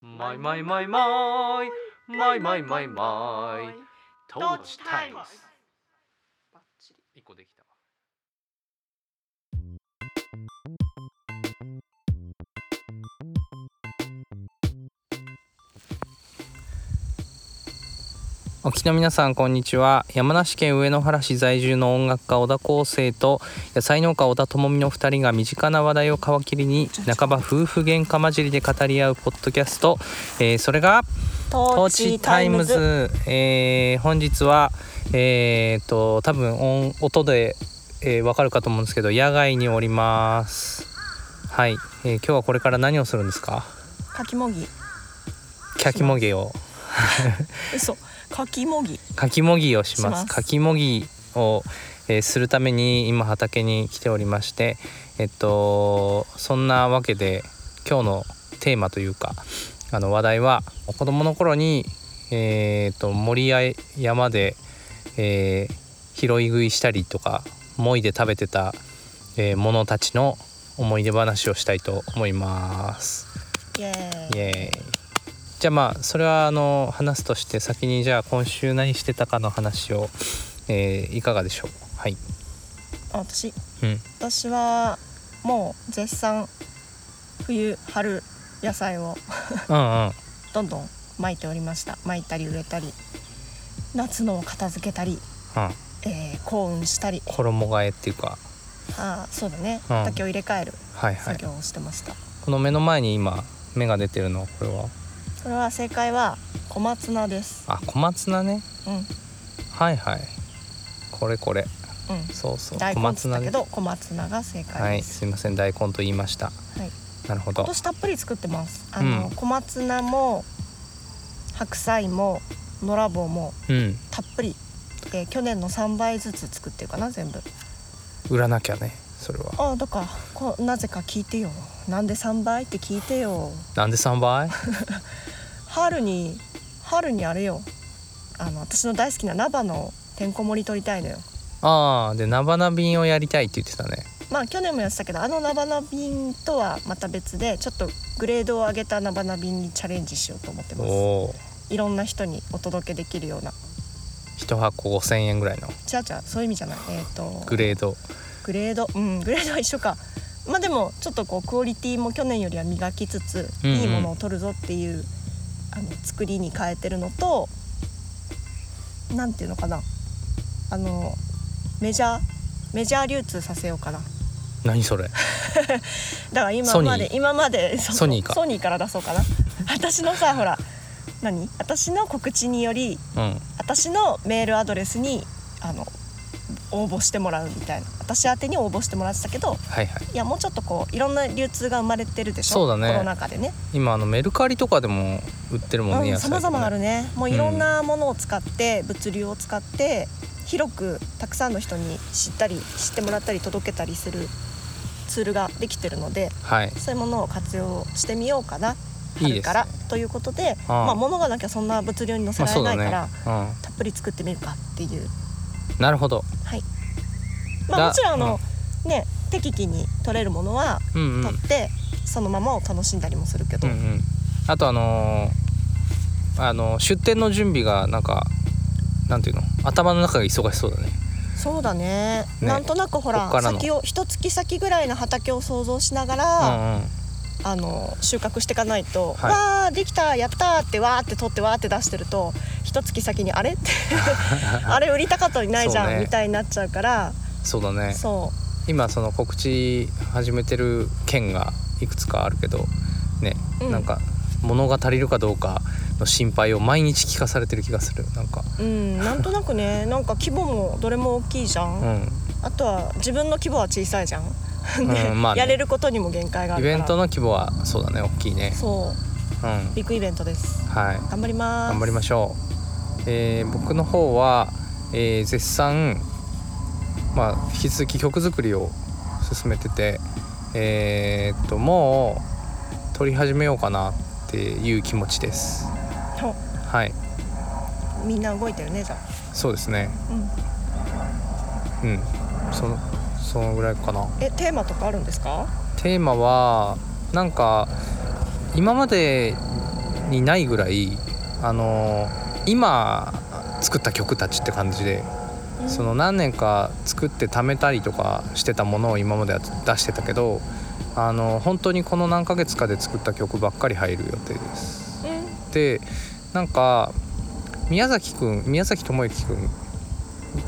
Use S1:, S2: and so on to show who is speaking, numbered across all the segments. S1: マイマイマイマイマイマイマイマイトーチタイムス
S2: バッチリ
S1: 一個できたわ
S3: お聞きの皆さんこんにちは山梨県上野原市在住の音楽家小田康生と野菜農家小田智美の2人が身近な話題を皮切りに半ば夫婦喧嘩混じりで語り合うポッドキャスト、えーそれが
S2: ト
S3: ポチタイムズ、えー本日はえー、と多分音音で、えーわかるかと思うんですけど野外におりますはい、えー今日はこれから何をするんですか
S2: かきもぎ
S3: キャキモギを
S2: 嘘かきもぎ
S3: かきもぎをします
S2: します
S3: かきもぎを、えーするために今畑に来ておりましてえっとそんなわけで今日のテーマというかあの話題は子供の頃に、えーっと森や山で、えー拾い食いしたりとかもいで食べてた、えー、ものたちの思い出話をしたいと思います。
S2: イエー
S3: イ
S2: イ
S3: エーイじゃあまあそれはあの話すとして先にじゃあ今週何してたかの話を、えーいかがでしょうはい、
S2: あ私
S3: うん、
S2: 私はもう絶賛冬春野菜を
S3: うんうん
S2: どんどん巻いておりました巻いたり植えたり夏のを片付けたり、
S3: うん
S2: えー、幸運したり
S3: 衣替えっていうか
S2: あーそうだね
S3: うん
S2: 畑を入れ替える
S3: はいはい
S2: 作業をしてました、
S3: この目の前に今芽が出てるのはこれは
S2: これは正解は小松菜です
S3: あ小松菜ね
S2: うんうん
S3: はいはいこれこれそうそう
S2: 大
S3: 小
S2: 根っ
S3: 松
S2: つっ
S3: 菜
S2: たけ
S3: ね
S2: ど小松菜が正
S3: は
S2: 解
S3: い
S2: です、
S3: すいません大根と言いました
S2: はい
S3: なるほど
S2: 今年たっぷり作ってますあの、
S3: うん
S2: 小松菜も白菜も野良棒も
S3: うん
S2: たっぷり、えー去年の3倍ずつ作ってるかな全部
S3: 売らなきゃねそれは
S2: ああだからこなぜか聞いてよなんで3倍って聞いてよ
S3: なんで3倍
S2: 春に春にあれよあの私の大好きな菜花のてんこ盛り取りたいのよ
S3: ああで菜花瓶をやりたいって言ってたね
S2: まあ去年もやってたけどあの菜花瓶とはまた別でちょっとグレードを上げた菜花瓶にチャレンジしようと思って
S3: お
S2: ます
S3: おー
S2: いろんな人にお届けできるような
S3: 一箱5000円ぐらいの
S2: 違う違うそういう意味じゃないえっ、と
S3: グレード
S2: グレードうんグレードは一緒かまあでもちょっとこうクオリティも去年よりは磨きつつ、
S3: うんうん
S2: いいものを取るぞっていうあの作りに変えてるのとなんていうのかなあのメジャーメジャー流通させようかな
S3: 何それ
S2: だから今
S3: ソニー
S2: まで今までそう
S3: ソニーか
S2: ソニーから出そうかな私のさほら何私の告知により
S3: うん
S2: 私のメールアドレスにあの応募してもらうみたいな私宛てに応募してもらってたけど
S3: はいはい
S2: いやもうちょっとこういろんな流通が生まれてるでしょ
S3: そうだね
S2: コロナ禍でね
S3: 今あのメルカリとかでも売ってるもんね、
S2: うん
S3: 野菜と
S2: 様
S3: かね
S2: 々あるねもういろんなものを使って、物流を使って広くたくさんの人に知ったり知ってもらったり届けたりするツールができてるので
S3: はい
S2: そういうものを活用してみようかな
S3: いで
S2: い
S3: す
S2: 春からということで
S3: ああ
S2: まあ、物がなきゃそんな物流に載せ
S3: まあ
S2: ら
S3: そ
S2: れ
S3: う
S2: な
S3: だ
S2: いか
S3: ね
S2: ら、
S3: う
S2: たっぷり作ってみるかっていうん
S3: なるほど
S2: まあ
S3: だ
S2: もちろんあの、ね適宜に取れるものは
S3: うんうん
S2: 取って、そのままを楽しんだりもするけ
S3: う
S2: ど、
S3: んうんあとあのーあの出店の準備がなんかなんていうの頭の中が忙しそうだね
S2: そうだね
S3: ね
S2: なんとなくほら
S3: こっからの
S2: 先を一月先ぐらいの畑を想像しなが
S3: う
S2: ら、
S3: んうん
S2: あの収穫していかないと、
S3: はい
S2: わあできたやったーってわーって取ってわーって出してると一月先に あれってあれ売りたかったのにないじゃん、
S3: そうね
S2: みたいになっちゃうから
S3: そうだね
S2: そ
S3: 今その告知始めてる県がいくつかあるけどね、
S2: うん
S3: なんか物が足りるかどうかの心配を毎日聞かされてる気がするなんか
S2: ううんなんとなくねなんか規模もどれも大きいじゃん、
S3: うん
S2: あとは自分の規模は小さいじゃん、
S3: うんま あね
S2: やれることにも限界があ
S3: イ
S2: るから
S3: ベントの規模はそうだね大きいね
S2: そう
S3: うん
S2: ビッグイベントです
S3: はい
S2: 頑張ります
S3: 頑張りましょう、えー僕の方は、えー絶賛まあ引き続き曲作りを進めててえーっともう撮り始めようかなっていう気持ちです
S2: ほ
S3: はい
S2: みんな動いてるねじゃ
S3: そうですね
S2: あ、うん、
S3: うんそのそのぐらいかな
S2: えテーマとかあるんですか
S3: テーマはなんか今までにないぐらいあの今作った曲たちって感じで
S2: うん
S3: その何年か作って貯めたりとかしてたものを今までは出してたけどあの本当にこの何ヶ月かで作った曲ばっかり入る予定です。
S2: うん
S3: でなんか宮崎くん宮崎智之くん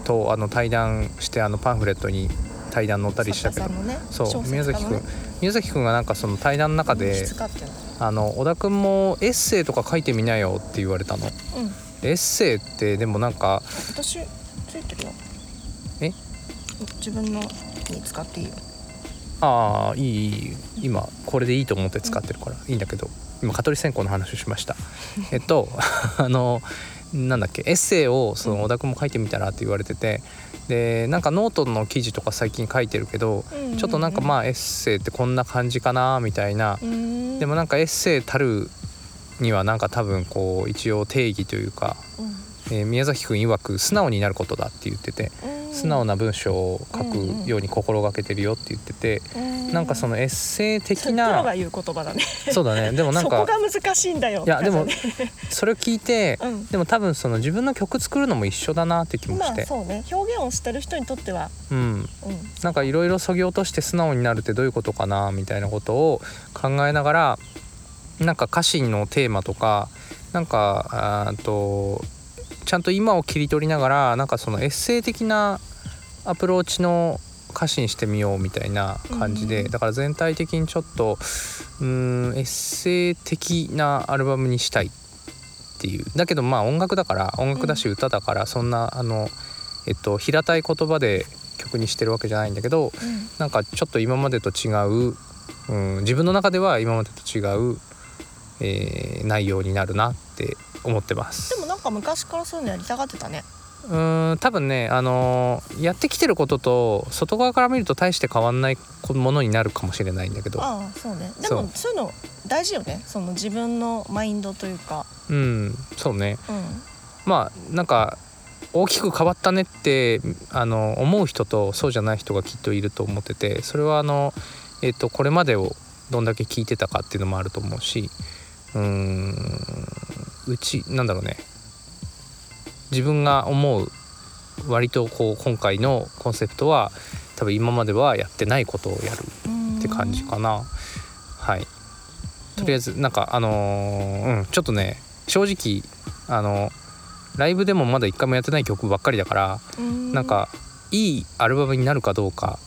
S3: とあの対談してあのパンフレットに対談載ったりしたけど
S2: 作家さんのね
S3: そ
S2: 小
S3: う
S2: 説家
S3: 宮崎
S2: の
S3: くん
S2: ね
S3: 宮崎くんがなんかその対談の中で
S2: 質感っていうの
S3: あの小田くんもエッセイとか書いてみなよって言われたの
S2: うん
S3: エッセイってでもなんか
S2: 私ついてるよ
S3: え
S2: 自分のに使っていいよ
S3: ああいいいい今これでいいと思って使ってるからいいんだけど今蚊取り線香の話をしま したえっとあのなんだっけエッセイをその小田君も書いてみたらって言われててでなんかノートの記事とか最近書いてるけど
S2: うんうんうん
S3: ちょっとなんかまあエッセイってこんな感じかなみたいな
S2: うーん
S3: でもなんかエッセイたるにはなんか多分こう一応定義というか、
S2: う
S3: えー宮崎君曰く素直になることだって言ってて素直
S2: な
S3: な文章を書くように心がけてるよって言ってて。なんかそのエッセイ的
S2: プロが
S3: な
S2: 言う言葉だね
S3: そうだねでもなん
S2: そこ
S3: か
S2: が難しいんだよ
S3: いやでも
S2: って感じ
S3: それを聞いて
S2: だねうん
S3: でも多分その自分の曲作るのも一緒だなって気も
S2: ま
S3: し
S2: あ
S3: て
S2: そうね表現をしてる人にとっては
S3: うん
S2: うん
S3: なんかいろいろそぎ落として素直になるってどういうことかなみたいなことを考えながらなんか歌詞のテーマとかなんかあーとちゃんと今を切り取りながらなんかそのエッセイ的なアプローチの歌詞にしてみようみたいな感じで、
S2: うん
S3: だから全体的にちょっとうーんエッセイ的なアルバムにしたいっていうだけどまあ音楽だから音楽だし歌だからそんな、あのえっと平たい言葉で曲にしてるわけじゃないんだけど
S2: うん
S3: なんかちょっと今までと違う、うん、自分の中では今までと違う、えー内容になるなって思ってます。
S2: でもなんか昔からそういうのやりたがってたね
S3: うーん多分ね、あのーやってきてることと外側から見ると大して変わんないものになるかもしれないんだけど、
S2: ああそうねで
S3: そ
S2: も
S3: う
S2: そういうの大事よねその自分のマインドというか
S3: うん、そうね
S2: うん
S3: まあなんか大きく変わったねってあの思う人とそうじゃない人がきっといると思っててそれはあの、えっとこれまでをどんだけ聞いてたかっていうのもあると思うしうーんうちなんだろうね自分が思う割とこう今回のコンセプトは多分今まではやってないことをやる
S2: うん
S3: って感じかな、はいとりあえずなんかあのーうんちょっとね正直あのライブでもまだ一回もやってない曲ばっかりだから、
S2: うん
S3: なんかいいアルバムになるかどうか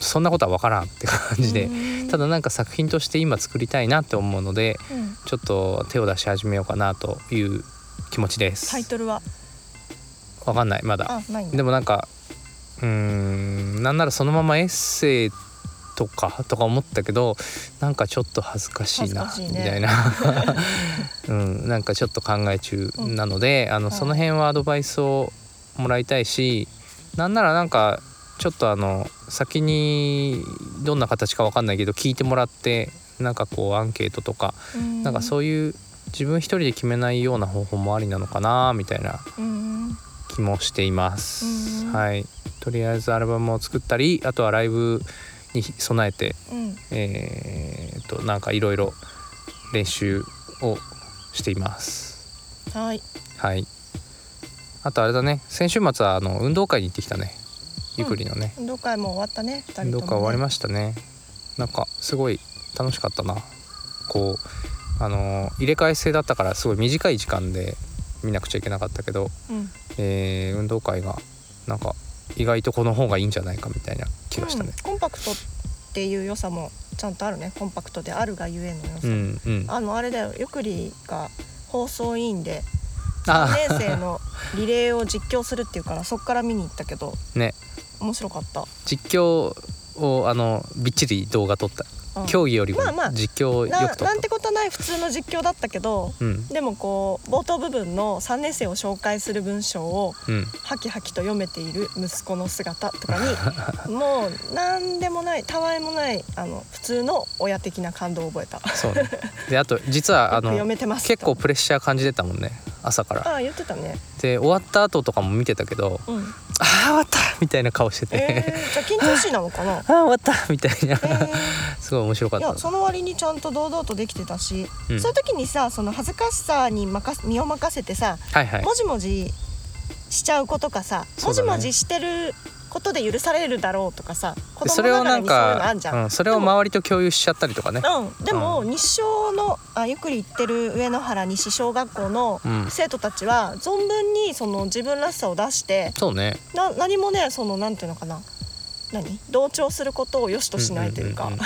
S3: そんなことは分からんって感じで、
S2: うん
S3: ただなんか作品として今作りたいなって思うので
S2: うん
S3: ちょっと手を出し始めようかなという気持ちです
S2: タイトルは
S3: 分かんないまだ
S2: あないんだ
S3: でもなんかうーんなんならそのままエッセイとかとか思ったけどなんかちょっと恥ずかしいな
S2: 恥ずかしい
S3: み
S2: ね
S3: たいな、 うん、なんかちょっと考え中なので、あの
S2: はい
S3: その辺はアドバイスをもらいたいしなんならなんかちょっとあの先にどんな形かわかんないけど聞いてもらってなんかこうアンケートとか、なんかそういう自分一人で決めないような方法もありなのかなみたいな
S2: うんうん
S3: 気もしています、
S2: うん
S3: はいとりあえずアルバムを作ったりあとはライブに備えて
S2: うん
S3: えーっとなんかいろいろ練習をしています
S2: はい
S3: はいあとあれだね先週末はあの運動会に行ってきたねゆくりのね、
S2: 運動会も終わったね二人とも
S3: 運動
S2: ね
S3: 会終わりましたねなんかすごい楽しかったなこうあの入れ替え制だったからすごい短い時間で見なくちゃいけなかったけど
S2: うん
S3: えー運動会がなんか意外とこの方がいいんじゃないかみたいな気がしたね
S2: うん。コンパクトっていう良さもちゃんとあるねコンパクトであるがゆえの良
S3: う
S2: さ、
S3: んうん。
S2: あのあれだよゆくりが放送委員で
S3: あ
S2: 3年生のリレーを実況するっていうからそっから見に行ったけど
S3: ね
S2: 面白かった、
S3: 実況をあのびっちり動画撮った。
S2: うん
S3: 競技よりも
S2: まあまあ
S3: 実況をよ
S2: な
S3: く撮っ
S2: なんてことない普通の実況だったけど
S3: た。うん
S2: でもこう冒頭部分の3年生を紹介する文章を
S3: うん。
S2: ハキハキと読めている息子の姿とか にもう何でもないたわいもないあの普通の親的な感動を覚えた。
S3: そうね。であと実はあ
S2: よく読
S3: の
S2: めてます
S3: 結構プレッシャー感じてたもんね。朝から
S2: ああ言ってたね
S3: で終わった後とかも見てたけど
S2: うん
S3: 「あー終わった!」みたいな顔してて
S2: えー、じゃあ緊張しいなのかな
S3: あー終わったみたいな、
S2: えー
S3: すごい面白かっ
S2: い
S3: た
S2: や
S3: な
S2: その割にちゃんと堂々とできてたし、
S3: うん
S2: そういう時にさその恥ずかしさに任せ身を任せてさ
S3: はいはい
S2: もじもじしちゃうことかさ、
S3: そ
S2: も
S3: うだ
S2: じ
S3: ね
S2: もじしてることで許されるだろうとかさ子
S3: でそれ
S2: 供な
S3: をなん
S2: がらにそういうの
S3: か
S2: あんじゃん。
S3: うん、それを周りと共有しちゃったりとかね
S2: うん、でも日照のあゆっくり行ってる上野原西小学校の
S3: うん
S2: 生徒たちは存分にその自分らしさを出して
S3: そうね
S2: な何もねそのなんていうのかな何同調することを良しとしないというか、
S3: んんんん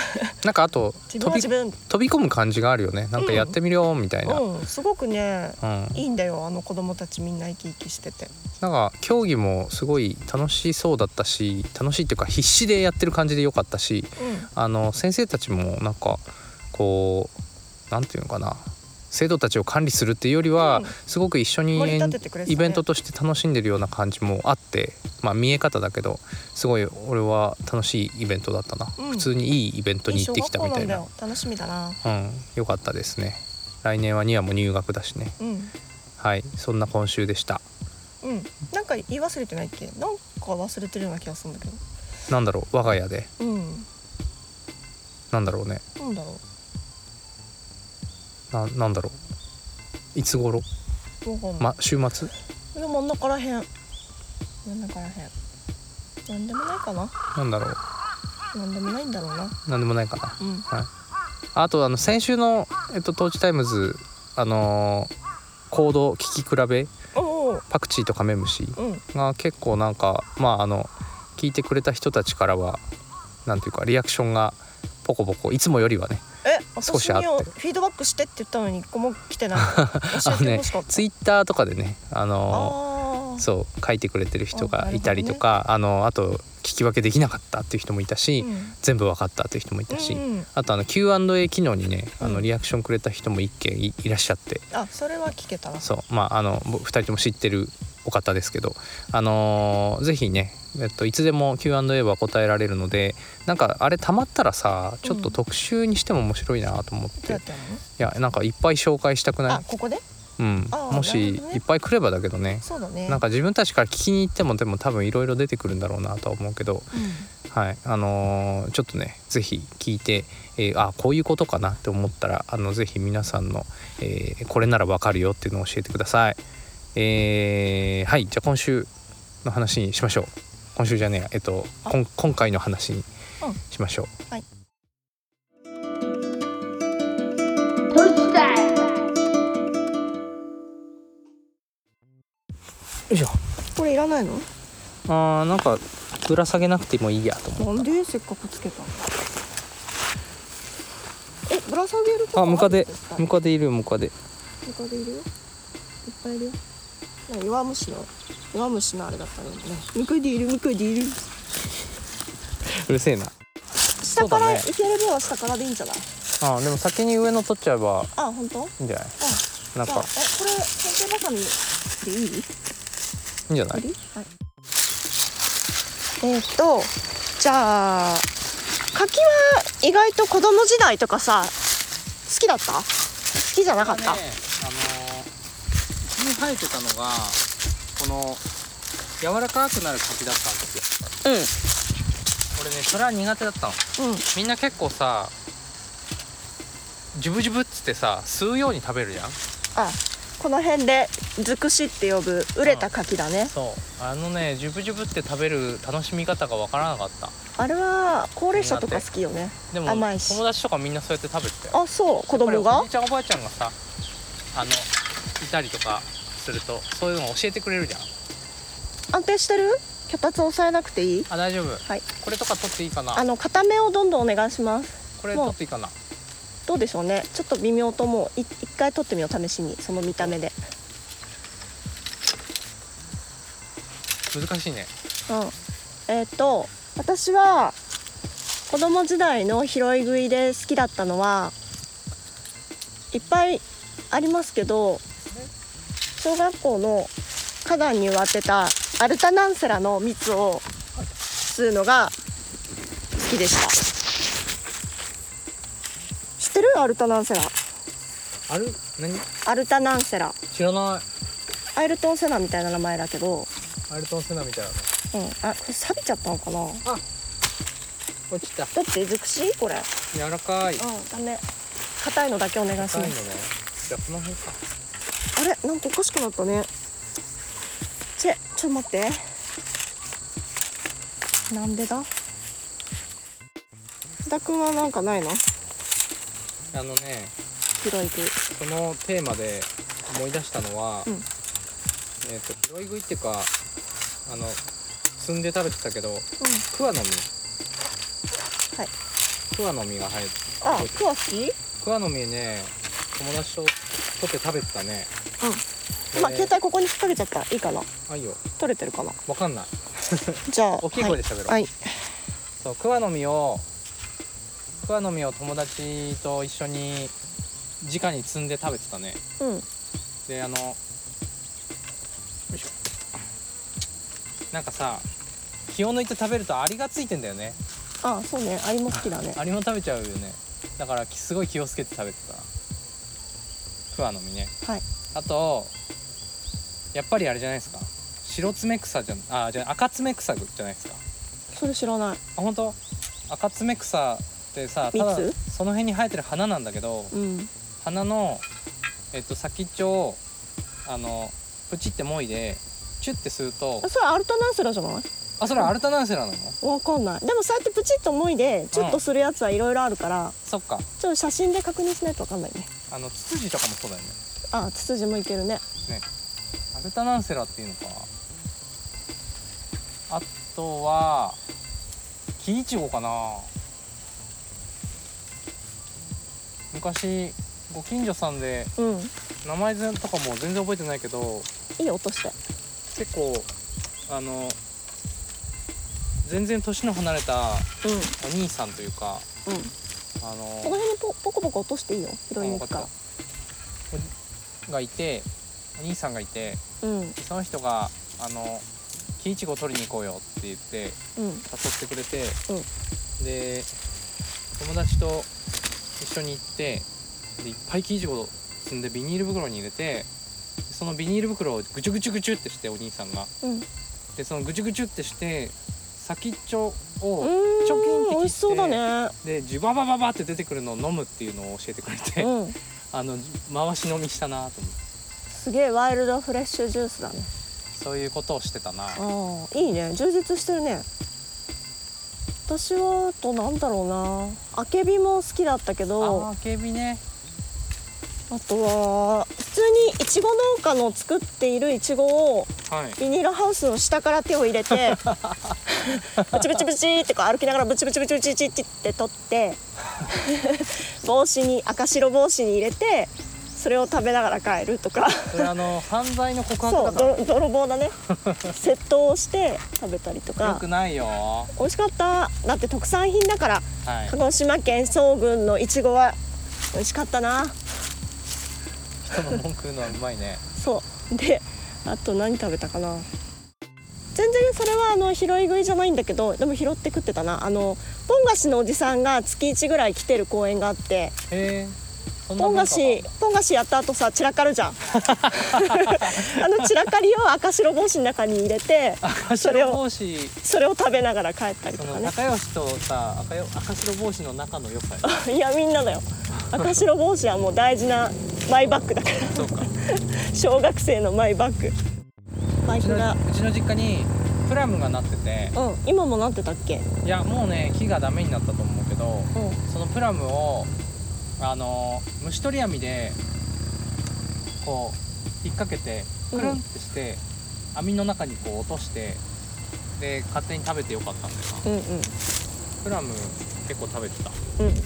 S3: なんかあと
S2: 自分は
S3: 飛び
S2: 自分、
S3: 飛び込む感じがあるよねなんかやってみるよみたいな、うん
S2: うん、すごくね
S3: なん
S2: いいんだよあの子供たちみんな生き生きしてて
S3: か競技もすごい楽しそうだったし楽しいっていうか必死でやってる感じでよかったしあの先生たちもなんかこうなんていうのかな生徒たちを管理するっていうよりは、
S2: うん
S3: すごく一緒
S2: うん、
S3: に
S2: 盛り立ててくれてたね
S3: イベントとして楽しんでるような感じもあってまあ見え方だけどすごい俺は楽しいイベントだったな、
S2: うん
S3: 普通にいいイベントに行ってきたみたいな
S2: いい小学校
S3: ん
S2: だよ楽しみだな
S3: うん良かったですね来年はにはもう入学だしね
S2: うん
S3: はいそんな今週でした
S2: うんなんか言い忘れてないっけなんか忘れてるような気がするんだけ
S3: なんだろう我が家で
S2: どうん
S3: なんだろうね
S2: なんだろ
S3: ななんだろういつ頃
S2: うわかんない
S3: ま週末
S2: いや真ん中らへん真ん中らへんなんでもないかな
S3: なんだろう
S2: なんでもないんだろうな
S3: なんでもないかな
S2: うん
S3: あとあの先週の、えっと、トーチタイムズあのー行動聞き比べ
S2: おうおう
S3: パクチーとカメムシ
S2: うん
S3: が結構なんかまああの聞いてくれた人たちからはなんていうかリアクションがポコポコいつもよりはね
S2: え
S3: 少
S2: 私
S3: しあっ
S2: に
S3: て
S2: はフィードバックしてって言ったのに一個も来てない 教えてほしかった
S3: ツイッターとかでねあのー
S2: あー
S3: そう書いてくれてる人
S2: あ
S3: が
S2: なるほどね
S3: いたりとかあ,、のあと聞き分けできなかったっていう人もいたし、
S2: うん
S3: 全部分かったっていう人もいたし、
S2: うんうん
S3: あとあの Q&A 機能にねあ
S2: う
S3: の
S2: ん
S3: リアクションくれた人も1件いいらっしゃって
S2: あそれは聞けたな
S3: そうまああの2人とも知ってるお方ですけどあのーぜひねえっと、いつでも Q&A は答えられるのでなんかあれたまったらさちょっと特集にしても面白いなと思っ
S2: ど
S3: て、
S2: うやっ
S3: い
S2: てやる
S3: やなんかいっぱい紹介したく
S2: の
S3: な
S2: あここで
S3: い、うん
S2: あ、ー
S3: も
S2: なる
S3: し、
S2: ほどね
S3: いっぱい来ればだけどね
S2: そうだね
S3: なんか自分たちから聞きに行ってもでも多分いろいろ出てくるんだろうなとは思うけど、
S2: う
S3: はいあのーちょっとねぜひ聞いて、えーあこういうことかなって思ったらあのぜひ皆さんの、えーこれならわかるよっていうのを教えてください。えーはいじゃあ今週の話にしましょう今週じゃねえやえっとこん今回の話に
S2: うん
S3: しましょう。よいしょ
S2: ん、これいらないの
S3: あーなんかぶら下げなくてもいいやと思う
S2: なんでせっかくつけたのえぶら下げるとこ
S3: あムカデ
S2: るんですか
S3: ムカデいるムカデ
S2: ムカデいるよいっぱいいるよなんか弱虫の弱虫のあれだったのねムカデいるムカデいる
S3: うるせえな
S2: 下
S3: う
S2: か
S3: だ
S2: ら、
S3: ね
S2: いける分は下からでいいんじゃない
S3: あーでも先に上の取っちゃえば
S2: あ本当
S3: いいんじゃない
S2: あ
S3: なん
S2: じゃ
S3: か
S2: あえこれ剪定バサミでいい
S3: いいんじゃな
S2: はいい、えーっとじゃあ柿は意外と子供時代とかさ好きだった好きじゃなかった、
S3: ね、あのー、うちに生えてたのがこの柔らかくなる柿だったんですよ
S2: うん
S3: 俺ねそれは苦手だったの
S2: うん
S3: みんな結構さジュブジュブっつってさ吸うように食べるじゃん
S2: あこの辺でづくしって呼ぶ熟れた柿だね
S3: そうあのねジュブジュブって食べる楽しみ方がわからなかった
S2: あれは高齢者とか好きよね
S3: でも
S2: 甘いし
S3: 友達とかみんなそうやって食べてたよ
S2: あそう子供
S3: やっぱりお
S2: が
S3: じいちゃんおばあちゃんがさあのいたりとかするとそういうのを教えてくれるじゃん
S2: 安定してる脚立抑えなくていい
S3: あ大丈夫
S2: はい
S3: これとか取っていいかな
S2: あの片目をどんどんお願いします
S3: これ取っていいかな
S2: どうでしょうねちょっと微妙ともうい一回取ってみよう試しにその見た目で
S3: 難しいね
S2: うん、えっ、と私は子供時代の拾い食いで好きだったのはいっぱいありますけど小学校の花壇に植わってたアルタナンセラの蜜を吸うのが好きでした知ってるアルタナンセラ
S3: ある何
S2: アルタナンセラ
S3: 知らない
S2: アイルトン・セナみたいな名前だけど、
S3: アルトンセナみたいな
S2: うん、あこれ錆びちゃったのかな
S3: 落ちた
S2: だって尽くしこれうん
S3: 柔らかい
S2: ダメ硬いのだけお願いし
S3: 硬
S2: ま
S3: いの
S2: す
S3: ねじゃあこの辺か
S2: あれなんかおかしくなったねチェちょっと待ってなんでだ須田くんはなんかないの
S3: あのね
S2: 広い具
S3: そのテーマで思い出したのは、
S2: うん
S3: えっ、と拾い食いっていうかあの摘んで食べてたけどクワの実
S2: はい
S3: クワの実が入って
S2: あ、クワ好き
S3: クワの実ね友達と取って食べてたね
S2: うん
S3: で
S2: 今携帯ここに引っ掛けちゃったいいかな
S3: あいいよ
S2: 取れてるかな
S3: わかんない
S2: じゃあ
S3: 大きい声で喋ろう、
S2: はい、はい、
S3: そうクワの実をクワの実を友達と一緒に直に摘んで食べてたね
S2: うん
S3: であのよいしょなんかさ気を抜いて食べるとアリがついてんだよね
S2: あ、そうね、アリも好きだね
S3: アリも食べちゃうよねだからきすごい気をつけて食べてたクワの実ね
S2: はい
S3: あとやっぱりあれじゃないですか白爪草じゃんあじゃあ赤爪草じゃないですか
S2: それ知らない
S3: あ本当赤爪草ってさただ
S2: 蜜
S3: その辺に生えてる花なんだけど
S2: うん
S3: 花の、えっと、先っちょをあのプチってもいでチュッてすると
S2: あそれアルタナンセラじゃない
S3: あそれアルタナンセラなの
S2: わかんないでもそうやってプチッと思いでちょっとするやつはいろいろあるから、
S3: そっか
S2: ちょっと写真で確認しないとわかんないね
S3: あのツツジとかもそうだよね
S2: あ、ツツジもいけるね
S3: アルタナンセラっていうのかあとはキイチゴかな昔ご近所さんで
S2: うん
S3: 名前とかも全然覚えてないけど
S2: いいよ落として
S3: 結構あの全然年の離れた
S2: うんうん
S3: お兄さんというかあ
S2: この
S3: の
S2: 辺にポポコポコ落としていいよ拾いに行くか
S3: あおがいてお兄さんがいて
S2: らうんうん
S3: その人が「あのキイチゴ取りに行こうよ」って言って誘ってくれて、で友達と一緒に行ってでいっぱいキイチゴを積んでビニール袋に入れてそのビニール袋をぐちゅぐちゅぐちゅってしてお兄さんが
S2: うん
S3: でそのぐちゅぐちゅってして先っちょ
S2: う
S3: を
S2: ー
S3: チョキンって切って
S2: ん美味しそうだね
S3: でジュババババって出てくるのを飲むっていうのを教えてくれて、
S2: うん
S3: あの回し飲みしたなと思って
S2: すげえワイルドフレッシュジュースだね
S3: そういうことをしてたな
S2: ああいいね充実してるね私はあとなんだろうなあけびも好きだったけど
S3: あけびね
S2: あとは普通にいちご農家の作っているいちごを
S3: はい
S2: ビニールハウスの下から手を入 れてブチブチブチってこう歩きながらブチブチブチブチブチって取って 帽子に赤白帽子に入れてそれを食べながら帰るとか
S3: それあ の犯罪の告白
S2: そ
S3: だ
S2: う
S3: から
S2: 泥泥棒 だね窃盗をして食べたりと
S3: 良
S2: か
S3: くないよは
S2: 美味しかっただって特産品だから
S3: い
S2: 鹿児島県総郡のいちごは美味しかったな
S3: 人の文句言うのはうまいね
S2: そうであと何食べたかな全然それはあの拾い食いじゃないんだけどでも拾って食ってたなあのポン菓子のおじさんが月1ぐらい来てる公園があって
S3: へえそんな
S2: ポン菓
S3: 文
S2: 子
S3: 化が
S2: ポン菓子やった後さ散らかるじ ゃんあの散らかりを赤白帽子の中に入れて
S3: 赤
S2: それ
S3: 白
S2: を
S3: 帽子
S2: それを食べながら帰ったり
S3: そ
S2: とか
S3: の
S2: ね
S3: 仲良しとさ赤よ赤白帽子の仲の良さよ
S2: いやみんなだよ赤白帽子はもう大事なマイバッグだから
S3: そうか
S2: 小学生のマイバッグマイ
S3: うち
S2: クラ
S3: のうちの実家にプラムがなってて
S2: うん今もなってたっけ
S3: いやもうね木がダメになったと思うけど
S2: うん
S3: そのプラムをあの虫取り網でこう引っ掛けてくるんってして、網の中にこう落としてで勝手に食べてよかったんだよ
S2: うんうん
S3: なプラム結構食べてた
S2: うん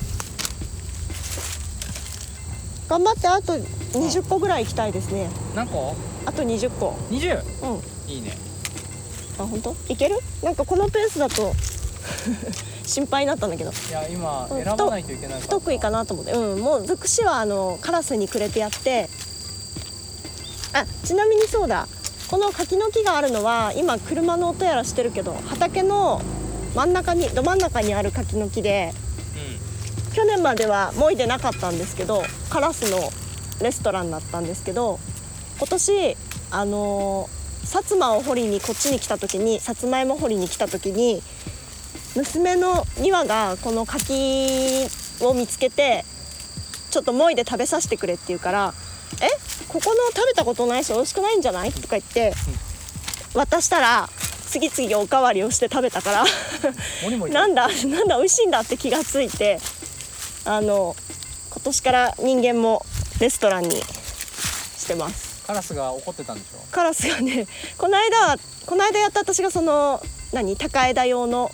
S2: 頑張ってあと20個ぐらい行きたいですね
S3: 何個
S2: あと20個
S3: ?20!
S2: うん
S3: いいね
S2: あ本当いけるなんかこのペースだと 心配になったんだけど
S3: いや今
S2: うん
S3: 選ばないといけないから
S2: 不得意かなと思ってうんもう尽くしはあのカラスにくれてやってあちなみにそうだこの柿の木があるのは今車の音やらしてるけど畑の真ん中にど真ん中にある柿の木で
S3: う
S2: 去年まではもいでなかったんですけどカラスのレストランだったんですけど今年あの薩摩を掘りにこっちに来た時にさつまいも掘りに来た時に娘の2羽がこの柿を見つけてちょっともいで食べさせてくれって言うから「えここの食べたことないし美味しくないんじゃない?」とか言って渡したら次々おかわりをして食べたから
S4: 森もいた
S2: なんだ なんだ美味しいんだって気がついてあの今年から人間もレストランにしてます。
S4: カラスが怒ってたんでしょ
S2: カラスがねこの間はこの間やった私がその何高枝用の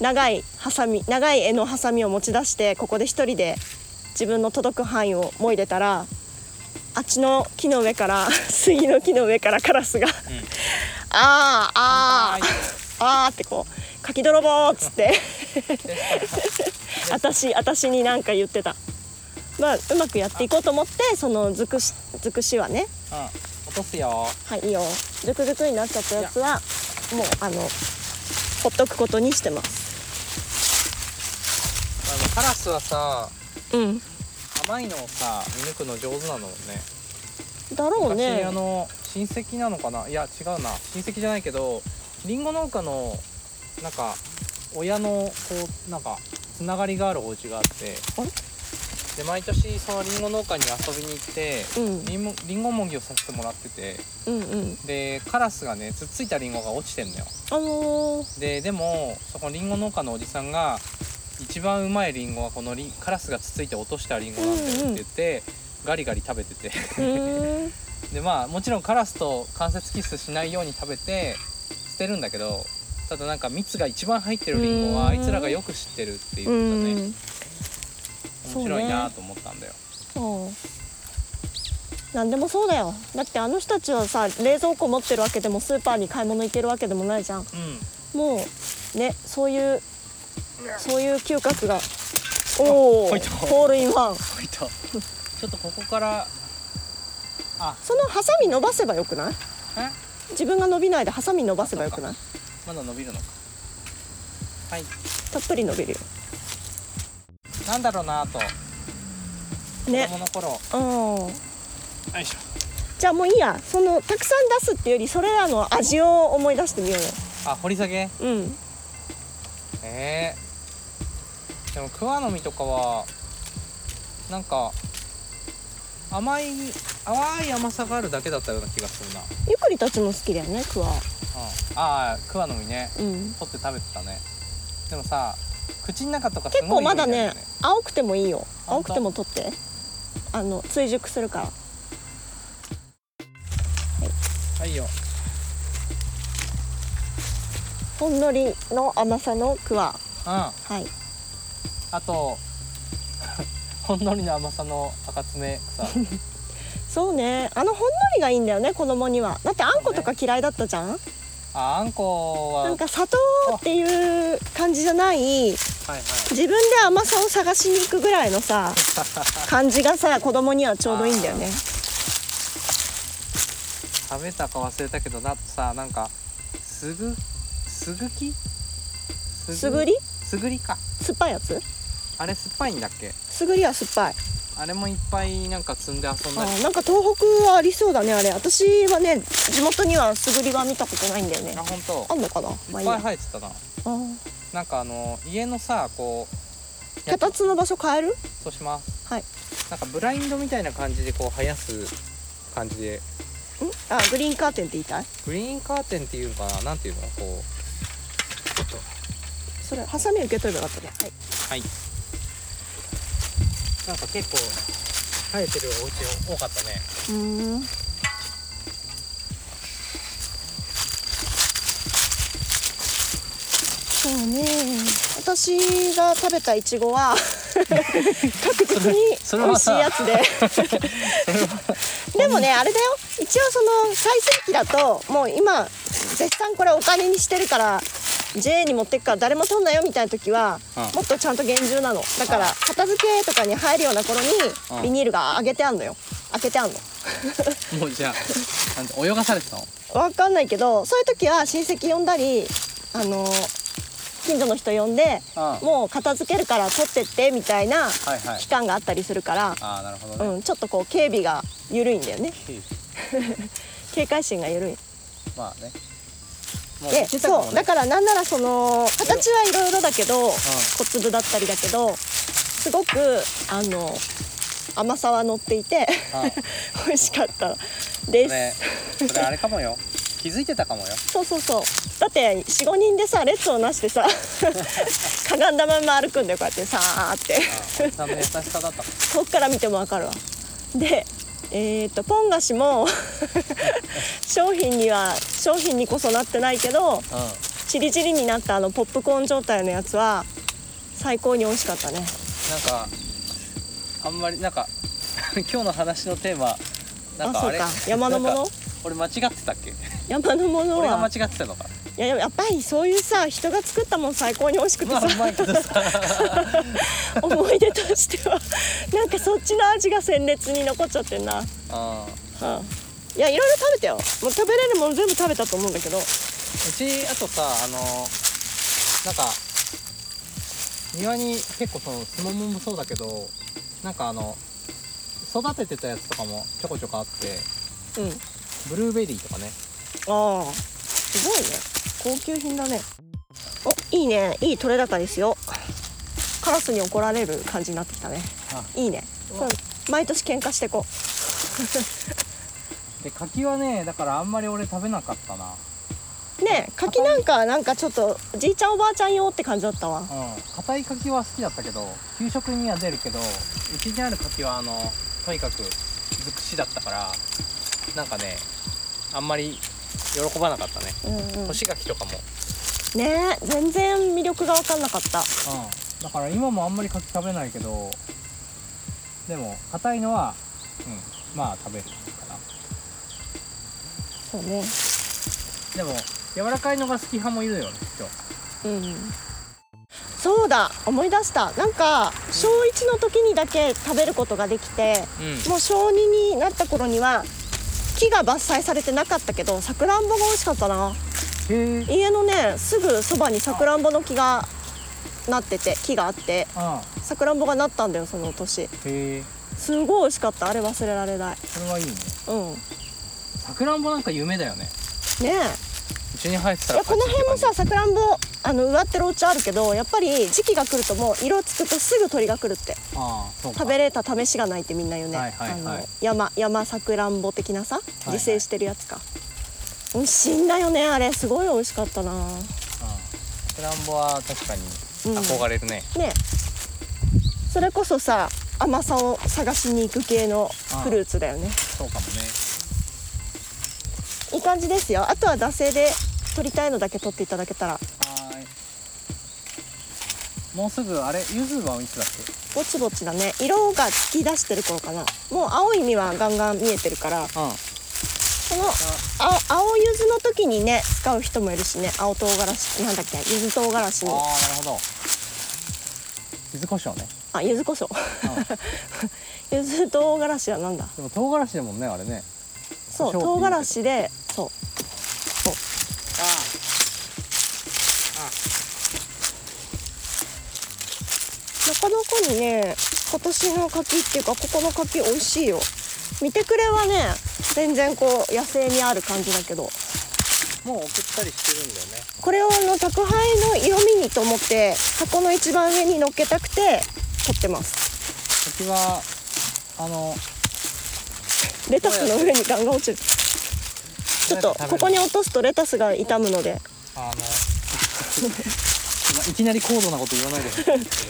S2: 長いハサミ長い柄のハサミを持ち出してここで一人で自分の届く範囲をもいでたらあっちの木の上から 杉の木の上からカラスが、あーあーあーってこう「柿泥棒!」っつって 私私になんか言ってた。まあ、うまくやっていこうと思ってそのづくしづくしはね
S4: うん落とすよ
S2: はい、いいよ。ずくずくになっちゃったやつは、もう、あの、ほっとくことにしてます。
S3: あのカラスはさ
S2: うん。
S3: 甘いのをさ見抜くの上手なのもんね
S2: だろう
S3: 昔
S2: ね
S3: あ。の親戚なのかないや違うな親戚じゃないけどりんご農家のなんか親のこうなんかつながりがあるお家があって
S2: あれ
S3: で毎年そのりんご農家に遊びに行って
S2: うん、
S3: りんごりんごもぎをさせてもらってて
S2: うん、うん。
S3: でカラスがねつっついたりんごが落ちてんのよ
S2: あのー、
S3: ででもそこりんご農家のおじさんが一番うまいりんごはこのりんカラスがつついて落としたりんごなんだよって言って、ガリガリ食べてて
S2: うーん。
S3: でまあもちろんカラスと関節キスしないように食べて捨てるんだけどただなんか蜜が一番入ってるリンゴ
S2: うん
S3: はあいつらがよく知ってるって言
S2: う
S3: ってたね
S2: ーん。そう
S3: 面
S2: ね
S3: 白いなと思ったんだよ
S2: そう。なんでもそうだよ。だってあの人たちはさ、冷蔵庫持ってるわけでも、スーパーに買い物行けるわけでもないじゃん。
S3: うん
S2: もう、ね、そういう、そういう嗅覚が。おお、ホ
S3: 入った
S2: ールインワン。
S3: こういったちょっとここから
S2: そのハサミ伸ばせばよくな
S3: え
S2: い自分が伸びないでハサミ伸ばせばよくない
S3: まだ伸びるのかはい
S2: たっぷり伸びるよ
S3: なんだろうなと子
S2: ね
S3: 供の頃、
S2: うん
S3: よいしょ
S2: じゃあもういいやそのたくさん出すっていうよりそれらの味を思い出してみよ
S3: あ掘り下げ
S2: うようん
S3: えー、でも桑の実とかはなんか甘い淡い甘さがあるだけだったような気がするな、うん、
S2: ゆっくりたちも好きだよねクワ
S3: ああ桑の実ね
S2: うん
S3: 取って食べてたねでもさ口の中とかすごい
S2: 結構まだ
S3: 匂い
S2: ね
S3: なんよ
S2: 青くてもいいよ青
S3: 本当
S2: くても取ってあの追熟するから
S3: はいよ
S2: ほんのりの甘さのクワ
S3: うんあ
S2: はい
S3: と ほんのりの甘さの赤爪草
S2: そうねあのほんのりがいいんだよね子供にはだってあんことか嫌いだったじゃん
S3: ああんこは
S2: なんか砂糖っていう感じじゃな い
S3: はいはい
S2: 自分で甘さを探しに行くぐらいのさ感じがさ子供にはちょうどいいんだよね
S3: 食べたか忘れたけどだってさなんかすぐすぐきす
S2: すぐり
S3: すぐりか
S2: 酸っぱいやつ
S3: あれ酸っぱいんだっけ
S2: すぐりは酸っぱい
S3: あれもいっぱいなんか積んで遊ん
S2: あ
S3: だり
S2: ーなんか東北はありそうだねあれ私はね地元にはすぐりは見たことないんだよね
S3: あ本当
S2: あんのかなまあ
S3: い
S2: い
S3: っ
S2: いや
S3: ぱい生えてたな
S2: あー
S3: なんかあの家のさこうや
S2: 脚立の場所変える
S3: そうします
S2: はい
S3: なんかブラインドみたいな感じでこう生やす感じで
S2: んあグリーンカーテンって言いたい
S3: グリーンカーテンっていうのかななんていうのこう
S2: それハサミ受け取ればよかったねはい
S3: なんか結構生えてるお家多かったね
S2: うーんそうね私が食べたイチゴは確実に
S3: それ
S2: 美味
S3: は
S2: しい
S3: さ
S2: やつで でもねあれだよ一応その最盛期だともう今絶賛これお金にしてるから JA に持ってくから誰も取んなよみたいな時は、
S3: うん
S2: もっとちゃんと厳重なのだから片付けとかに入るような頃に
S3: うん
S2: ビニールが上げてあんのよ開けてあんの
S3: もうじゃあなんて泳がされてたの
S2: わかんないけどそういう時は親戚呼んだりあの近所の人呼んで
S3: ああ
S2: もう片付けるから取ってってみたい
S3: は
S2: な
S3: いはい
S2: 期間があったりするから、
S3: ああなるほどね、
S2: うん、ちょっとこう警備が緩いんだよね警戒心が緩い
S3: まあね。も
S2: で
S3: 手先も
S2: そうだ
S3: ね
S2: からなんならその形はいろいろだけど小粒だったりだけどすごくあの甘さは乗っていて
S3: うんうん
S2: 美味しかった
S3: そ
S2: です、
S3: れそれあれかもよ。気づいてたかもよ。
S2: そうそうそうだって45人でさ列をなし てさかがんだまま歩くんだよこうやってさーって
S3: うんちゃんと優しさだったもん。
S2: 遠くから見てもわかるわでえー、とポン菓 子も商品には商品にこそなってないけど
S3: うん。
S2: チリチリになったあのポップコーン状態のやつは最高に美味しかったね
S3: なんかあんまりなんか 今日の話のテーマなんかあれ
S2: あそうか山のも
S3: なん
S2: の
S3: か俺間違ってたっけ
S2: 山のもの
S3: 俺が間
S2: は
S3: 違ってたのか
S2: いややっぱりそういうさ人が作ったもん最高に美味しくて
S3: まあ
S2: さ
S3: うまいけどさ
S2: 思い出としてはなんかそっちの味が鮮烈に残っちゃってんな
S3: あ
S2: いやいろいろ食べたよもう食べれるもの全部食べたと思うんだけど
S3: うちあとさあのなんか庭に結構そのスモモもそうだけどなんかあの育ててたやつとかもちょこちょこあって
S2: うん
S3: ブルーベリーとかね
S2: ああすごいね高級品だねおいいねいい取れ高ですよカラスに怒られる感じになってきたね
S3: あ
S2: いいね
S3: うわ
S2: そう毎年喧嘩してこ
S3: で柿はねだからあんまり俺食べなかったな
S2: うねえ柿なんかなんかちょっとじいちゃんおばあちゃん用って感じだったわ
S3: うん硬い柿は好きだったけど給食には出るけどうちにある柿はあのとにかく尽くしだったからなんかねあんまり喜ばなかったね
S2: うんうん
S3: 干し柿とかも、
S2: ねえ全然魅力が分かんなかった
S3: うん、だから今もあんまり柿食べないけどでも硬いのは、うん、まあ食べるかな
S2: そうね
S3: でも柔らかいのが好き派もいるよね今日
S2: うんそうだ思い出したなんか小1の時にだけ食べることができて
S3: うん
S2: もう小2になった頃には木が伐採されてなかったけどさくらんぼが美味しかったな
S3: へえ
S2: 家のねすぐそばにさくらんぼの木がなってて木があって
S3: あ
S2: さくらんぼがなったんだよその年
S3: へえ
S2: すごい美味しかったあれ忘れられない
S3: それはいいね
S2: うんね
S3: さくらんぼなんか夢だよね
S2: えいう
S3: ちに生えてたら
S2: やこの辺もささくらんぼあの植わってるお家あるけどやっぱり時期が来るともう色つくとすぐ鳥が来るって
S3: ああそうか
S2: 食べれた試しがないってみんな言うね、
S3: はいはいはい
S2: あの山山さくらんぼ的なさ
S3: いはい
S2: 自生してるやつか、美味しいんだよねあれすごい美味しかったな
S3: さくらんぼは確かに
S2: うん
S3: 憧れるね、
S2: ねそれこそさ甘さを探しに行く系のフルーツだよね
S3: そうかもね
S2: いい感じですよあとは惰性で取りたいのだけ取っていただけたら
S3: はーいもうすぐあれゆずはいつだっ
S2: ぼちぼちだね色がつき出してる頃かなもう青い実はガンガン見えてるから
S3: けうん
S2: そのあ青柚子の時にね使う人もいるしね青唐辛子なんだっけ柚子唐辛子に
S3: ああなるほど柚子胡椒ね
S2: あ柚子胡椒 柚子唐辛子はなんだ
S3: でも唐辛子だもんねあれね
S2: そう
S3: 胡椒
S2: 唐辛子でそう
S3: あ
S2: なかなかにね今年の柿っていうかここの柿美味しいよ見てくれはね全然こう野生にある感じだけど
S3: あもう送ったりしてるんだよね
S2: これをあの宅配の色味にと思って箱の一番上に乗っけたくて取ってます
S3: 先はあの
S2: レタスの上にガンガン落ちるちょっとここに落とすとレタスが傷むので
S3: あのいきなり高度なこと言わないでほしいんですけ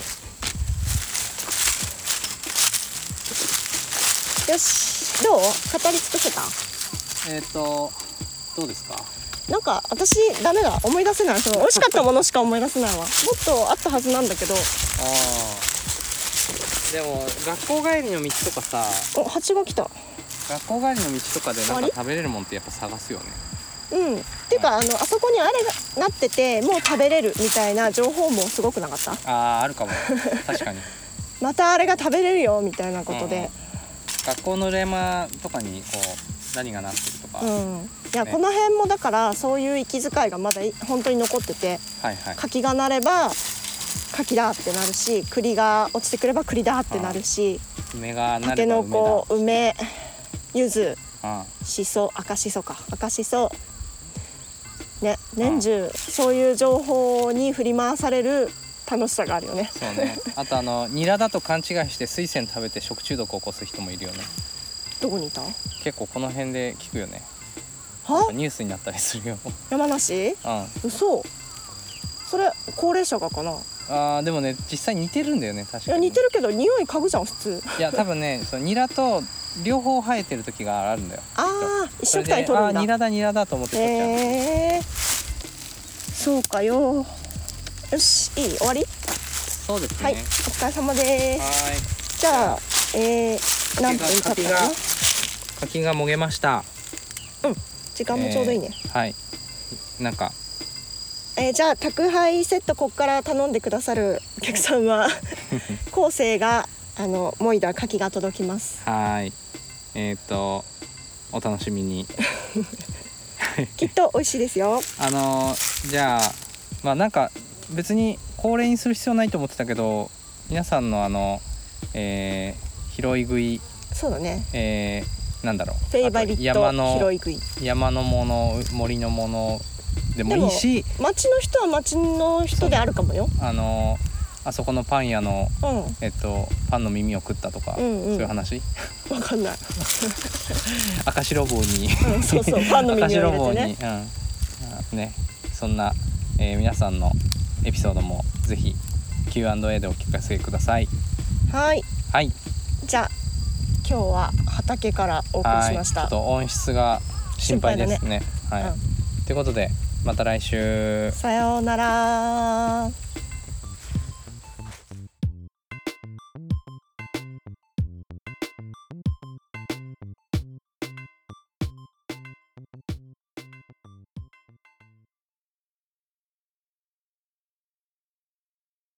S3: ど
S2: よしどう語り尽くせた
S3: えっ、ー、とどうですか
S2: なんか私ダメだ思い出せないその美味しかったものしか思い出せないわもっとあったはずなんだけど
S3: ああでも学校帰りの道とかさ
S2: お蜂が来た
S3: 学校帰りの道とかで
S2: あ
S3: なん
S2: れ
S3: か食べれるもんってやっぱ探すよね
S2: うん、っていうかあのあそこにあれがなっててもう食べれるみたいな情報もすごくなかった
S3: あああるか も確かに
S2: またあれが食べれるよみたいなことで、
S3: 学校の裏山とかにこう何がなってるとか、
S2: う
S3: はい
S2: んいや
S3: ね
S2: この辺もだからそういう息遣いがまだい本当に残ってて
S3: はい
S2: 柿がなれば柿だってなるし栗が落ちてくれば栗だってなるし
S3: 梅がな
S2: タケ
S3: れば
S2: ノ
S3: 梅だ
S2: コ梅柚子
S3: ううん
S2: しそ赤しそか赤しそね年中そういう情報に振り回される楽しさがあるよね
S3: そう ねあとあのニラだと勘違いして水仙食べて食中毒を起こす人もいるよね
S2: どこにいた
S3: 結構この辺で聞くよね
S2: は
S3: ニュースになったりするよ
S2: 山梨
S3: うんあ
S2: 嘘それ高齢者がかない
S3: ーでもね実際似てるんだよね確かに
S2: や似てるけど匂い嗅ぐじゃん普通
S3: いや多分ねそのニラと両方生えてる時があるんだよ
S2: ああ一
S3: そ
S2: 緒
S3: れ
S2: く
S3: で
S2: たに取る
S3: あ
S2: ん
S3: ー
S2: だ
S3: ニラだニラだと思って取っちゃう、
S2: へえそうかよよしいい終わり、
S3: そうですね
S2: はいお疲れ様で
S3: は
S2: す
S3: ーい
S2: じゃあえー、何分経ったか
S3: 柿が
S2: な
S3: 柿がもげました
S2: 時間もちょうどいいね、
S3: えーはいなんか
S2: えーじゃあ宅配セットこっから頼んでくださるお客さ んは後世があのもいだ柿が届きます
S3: はーいえーっとお楽しみに
S2: きっと美味しいですよ
S3: あのーじゃあまあなんか別に恒例にする必要ないと思ってたけど皆さんのあのえー拾い食い、
S2: そうだね
S3: えーなんだろう
S2: フェイバリ
S3: あと山
S2: ット
S3: の
S2: 拾い食い
S3: 山のもの森のものでも
S2: でも
S3: いいし
S2: 町の人は町の人であるかもよ
S3: あのあそこのパン屋の、
S2: うん
S3: えっと、パンの耳を食ったとか、
S2: うんうん
S3: そういう話
S2: わかんない、
S3: 赤白棒に
S2: うん、そうそうファンの
S3: 赤
S2: 耳を
S3: 白
S2: 入
S3: 棒
S2: れ
S3: に、
S2: て
S3: うん
S2: ね
S3: あねそんな、えー皆さんのエピソードもぜひ Q&A でお聞かせください
S2: はい
S3: はい
S2: じゃあ今日は畑からお送りし
S3: はい
S2: まし
S3: ちょ
S2: た
S3: っと音質が心配ですねはい、
S2: うん
S3: ということでまた来週
S2: さようなら